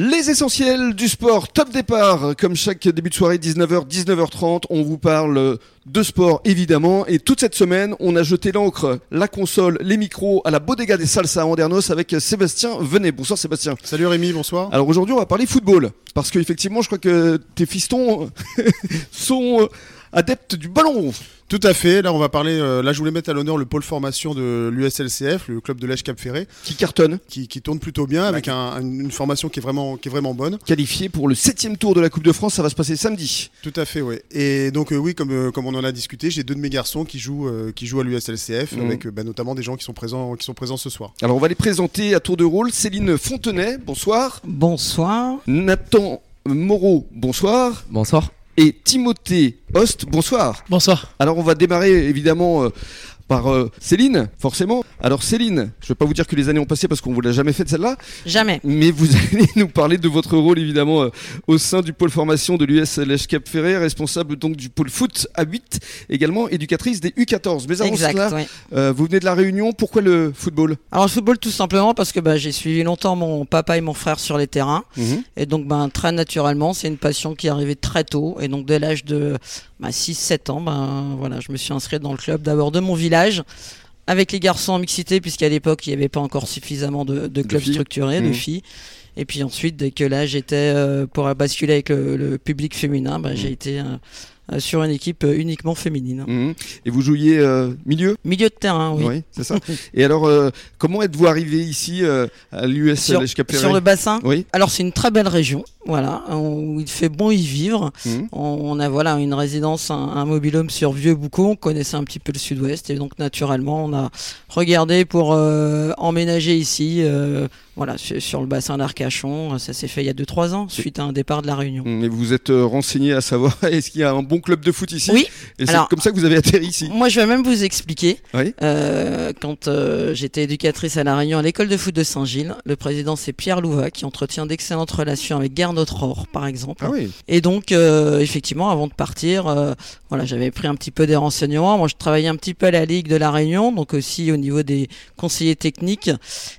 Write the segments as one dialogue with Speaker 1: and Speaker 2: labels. Speaker 1: Les essentiels du sport, top départ, comme chaque début de soirée 19h, 19h30, on vous parle de sport évidemment et toute cette semaine on a jeté l'encre, la console, les micros à la Bodega des Salsa à Andernos avec Sébastien Venez. Bonsoir Sébastien.
Speaker 2: Salut Rémi, bonsoir.
Speaker 1: Alors aujourd'hui on va parler football parce qu'effectivement je crois que tes fistons sont euh, adeptes du ballon.
Speaker 2: Tout à fait. Là, on va parler. euh, là, je voulais mettre à l'honneur le pôle formation de l'USLCF, le club de l'Èche Cap Ferré,
Speaker 1: qui cartonne,
Speaker 2: qui, qui tourne plutôt bien avec un- une formation qui est vraiment, qui est vraiment bonne.
Speaker 1: qualifié pour le septième tour de la Coupe de France, ça va se passer samedi.
Speaker 2: Tout à fait, ouais. Et donc, euh, oui, comme, euh, comme on en a discuté, j'ai deux de mes garçons qui jouent, euh, qui jouent à l'USLCF,
Speaker 1: Mhm.
Speaker 2: avec euh, bah, notamment des gens qui sont présents, qui sont présents ce soir.
Speaker 1: Alors on va les présenter à tour de rôle. Céline Fontenay, bonsoir.
Speaker 3: Bonsoir.
Speaker 1: Nathan Moreau, bonsoir.
Speaker 3: Bonsoir.
Speaker 1: et Timothée Host, bonsoir.
Speaker 4: Bonsoir.
Speaker 1: Alors on va démarrer évidemment euh, par euh, Céline, forcément. Alors Céline, je ne vais pas vous dire que les années ont passé parce qu'on vous l'a jamais faite celle-là,
Speaker 3: Jamais.
Speaker 1: mais vous allez nous parler de votre rôle évidemment euh, au sein du pôle formation de l'US Lèche Cap Ferré, responsable donc du pôle foot à 8, également éducatrice des U14. Mais avant
Speaker 3: Exact.
Speaker 1: cela,
Speaker 3: oui.
Speaker 1: euh, vous venez de la Réunion, pourquoi le football
Speaker 3: Alors le football tout simplement parce que bah, j'ai suivi longtemps mon papa et mon frère sur les terrains et donc ben très naturellement c'est une passion qui est arrivée très tôt et donc dès l'âge de bah, 6-7 ans ben voilà je me suis inscrit dans le club d'abord de mon village avec les garçons en mixité puisqu'à l'époque il n'y avait pas encore suffisamment de, de clubs
Speaker 1: filles.
Speaker 3: structurés de
Speaker 1: Mhm.
Speaker 3: filles Mmh. et puis ensuite dès que là j'étais euh, pour basculer avec le, le public féminin ben, j'ai été euh, euh, sur une équipe euh, uniquement féminine.
Speaker 1: Mhm. Et vous jouiez euh, milieu
Speaker 3: Milieu de terrain, oui.
Speaker 1: c'est ça. et alors, euh, comment êtes-vous arrivé ici euh, à l'US
Speaker 3: Sur,
Speaker 1: Lèche Cap Ferré
Speaker 3: sur le bassin.
Speaker 1: Oui.
Speaker 3: Alors c'est une très belle région, voilà, où il fait bon y vivre.
Speaker 1: Mhm.
Speaker 3: On, on a voilà une résidence, un, un mobilhome sur Vieux Boucau. On connaissait un petit peu le Sud-Ouest et donc naturellement on a regardé pour euh, emménager ici, euh, voilà, sur, sur le bassin d'Arcachon. Ça s'est fait il y a 2-3 ans suite à un départ de la Réunion.
Speaker 1: Mm, Et vous vous êtes euh, renseigné à savoir est-ce qu'il y a un bon club de foot ici
Speaker 3: Oui,
Speaker 1: Et c'est
Speaker 3: alors-
Speaker 1: comme ça que vous avez atterri ici.
Speaker 3: Moi, je vais même vous expliquer.
Speaker 1: Oui.
Speaker 3: Euh, quand euh, j'étais éducatrice à La Réunion, à l'école de foot de Saint-Gilles, le président c'est Pierre Louva qui entretient d'excellentes relations avec Gernot Rohr, par exemple.
Speaker 1: Ah oui.
Speaker 3: Et donc, euh, effectivement, avant de partir, euh, voilà, j'avais pris un petit peu des renseignements. Moi, je travaillais un petit peu à la Ligue de la Réunion, donc aussi au niveau des conseillers techniques.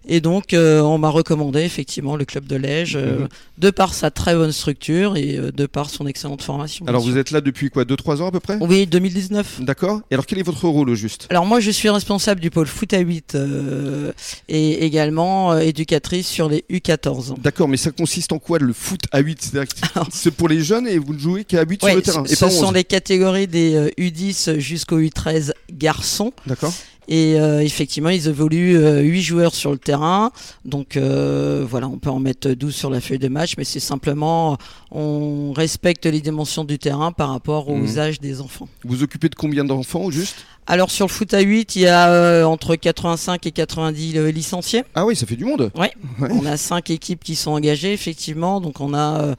Speaker 3: Et donc, euh, on m'a recommandé effectivement le club de Lège,
Speaker 1: Mhm.
Speaker 3: euh, de par sa très bonne structure et euh, de par son excellente formation.
Speaker 1: Alors
Speaker 3: bien
Speaker 1: vous êtes là depuis quoi 2-3 ans à peu près
Speaker 3: sûr. Oui, 2019.
Speaker 1: D'accord. Et alors quel est votre rôle au juste
Speaker 3: Alors moi je suis responsable du pôle foot à 8 euh, et également euh, éducatrice sur les U14.
Speaker 1: D'accord, mais ça consiste en quoi le foot à 8 C'est-à-dire que c'est pour les jeunes et vous ne jouez qu'à 8 sur
Speaker 3: Ouais,
Speaker 1: le terrain
Speaker 3: ce
Speaker 1: et pas
Speaker 3: ce
Speaker 1: 11.
Speaker 3: sont les catégories des euh, U10 jusqu'aux U13 garçons
Speaker 1: D'accord.
Speaker 3: et euh, effectivement ils évoluent euh, 8 joueurs sur le terrain donc euh, voilà on peut en mettre 12 sur la feuille de match mais c'est simplement euh, on respecte les dimensions du terrain par rapport aux
Speaker 1: Mhm.
Speaker 3: âges des enfants.
Speaker 1: Vous vous occupez de combien d'enfants au juste
Speaker 3: Alors sur le foot à 8 il y a euh, entre 85 et 90 euh, licenciés.
Speaker 1: Ah oui, ça fait du monde. Ouais.
Speaker 3: On a cinq équipes qui sont engagées, effectivement. Donc, on a euh,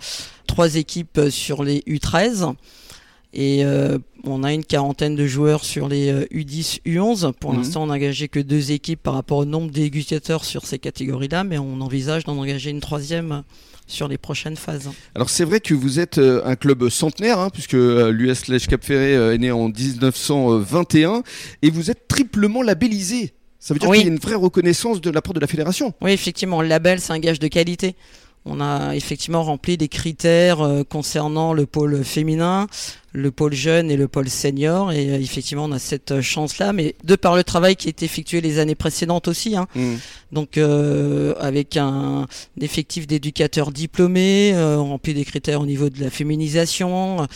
Speaker 3: trois équipes euh, sur les U13. Et euh, on a une quarantaine de joueurs sur les euh, U10, U11. Pour
Speaker 1: Mhm.
Speaker 3: l'instant, on n'a engagé que deux équipes par rapport au nombre d'éducateurs sur ces catégories-là, mais on envisage d'en engager une troisième sur les prochaines phases.
Speaker 1: Alors c'est vrai que vous êtes euh, un club centenaire, hein, puisque l'US Lèche Cap Ferré euh, est né en 1921, et vous êtes triplement labellisé. Ça veut dire
Speaker 3: Oui.
Speaker 1: qu'il y a une vraie reconnaissance de la part de la fédération.
Speaker 3: Oui, effectivement, le label, c'est un gage de qualité. On a effectivement rempli des critères euh, concernant le pôle féminin, le pôle jeune et le pôle senior. Et euh, effectivement, on a cette euh, chance-là, mais de par le travail qui a été effectué les années précédentes aussi. hein. Donc, euh, avec un effectif d'éducateurs diplômés, euh, on remplit des critères au niveau de la féminisation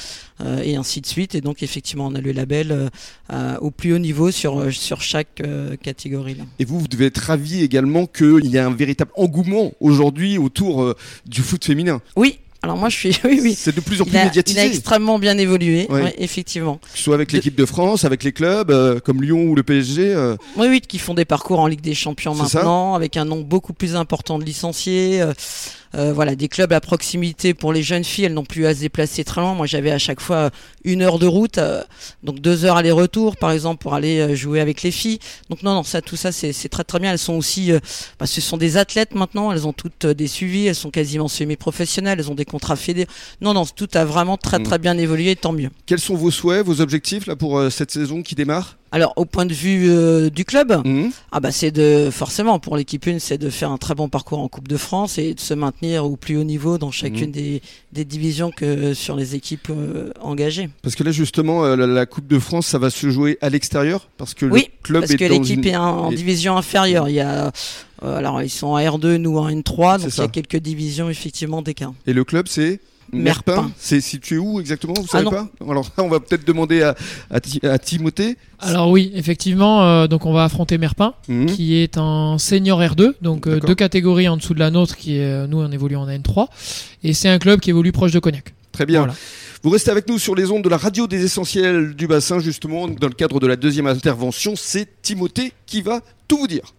Speaker 3: euh, et ainsi de suite. Et donc, effectivement, on a le label euh, à- au plus haut niveau sur, euh, sur chaque euh, catégorie. là.
Speaker 1: Et vous, vous devez être ravi également qu'il y a un véritable engouement aujourd'hui autour euh, du foot féminin.
Speaker 3: Oui, alors moi, je suis. Oui, oui.
Speaker 1: C'est de plus en plus
Speaker 3: Il a, il
Speaker 1: médiatisé,
Speaker 3: a extrêmement bien évolué,
Speaker 1: Ouais.
Speaker 3: ouais, effectivement.
Speaker 1: que ce soit avec l'équipe de France, avec les clubs euh, comme Lyon ou le PSG. euh,
Speaker 3: Oui, oui, qui font des parcours en Ligue des Champions
Speaker 1: C'est ça.
Speaker 3: maintenant, avec un nombre beaucoup plus important de licenciés. euh, euh, voilà, des clubs à proximité pour les jeunes filles, elles n'ont plus à se déplacer très loin. Moi, j'avais à chaque fois une heure de route, euh, donc deux heures aller-retour, par exemple, pour aller euh, jouer avec les filles. Donc non, non, ça, tout ça, c'est c'est très très bien. Elles sont aussi, euh, bah, ce sont des athlètes maintenant. Elles ont toutes euh, des suivis, elles sont quasiment semi-professionnelles, elles ont des contrats fédéraux. Non, non, tout a vraiment très
Speaker 1: Mm.
Speaker 3: très bien évolué, tant mieux.
Speaker 1: quels sont vos souhaits, vos objectifs là pour euh, cette saison qui démarre
Speaker 3: Alors, au point de vue euh, du club,
Speaker 1: Mhm.
Speaker 3: ah bah c'est de forcément pour l'équipe une, c'est de faire un très bon parcours en Coupe de France et de se maintenir au plus haut niveau dans
Speaker 1: Mhm.
Speaker 3: chacune des, des divisions que sur les équipes euh, engagées.
Speaker 1: Parce que là, justement, euh, la, la Coupe de France, ça va se jouer à l'extérieur parce que
Speaker 3: oui,
Speaker 1: le club
Speaker 3: parce
Speaker 1: est
Speaker 3: que
Speaker 1: dans
Speaker 3: l'équipe
Speaker 1: une-
Speaker 3: est en, en
Speaker 1: est-
Speaker 3: division inférieure. Il y a euh, alors ils sont en R2, nous en N3,
Speaker 1: C'est
Speaker 3: donc il y
Speaker 1: ça.
Speaker 3: a quelques divisions effectivement d'écart.
Speaker 1: Et le club, c'est
Speaker 3: Merpin.
Speaker 1: Merpin. C'est situé où exactement Vous
Speaker 3: Ah
Speaker 1: savez
Speaker 3: non.
Speaker 1: pas Alors, on va peut-être demander à, à, Ti- à Timothée.
Speaker 4: Alors oui, effectivement, euh, donc on va affronter Merpin,
Speaker 1: Mhm.
Speaker 4: qui est un senior R2, donc euh,
Speaker 1: D'accord.
Speaker 4: deux catégories en dessous de la nôtre, qui est euh, nous on évolue en N3, et c'est un club qui évolue proche de Cognac.
Speaker 1: Très bien.
Speaker 4: Voilà.
Speaker 1: Vous restez avec nous sur les ondes de la radio des essentiels du bassin, justement, dans le cadre de la deuxième intervention. C'est Timothée qui va tout vous dire.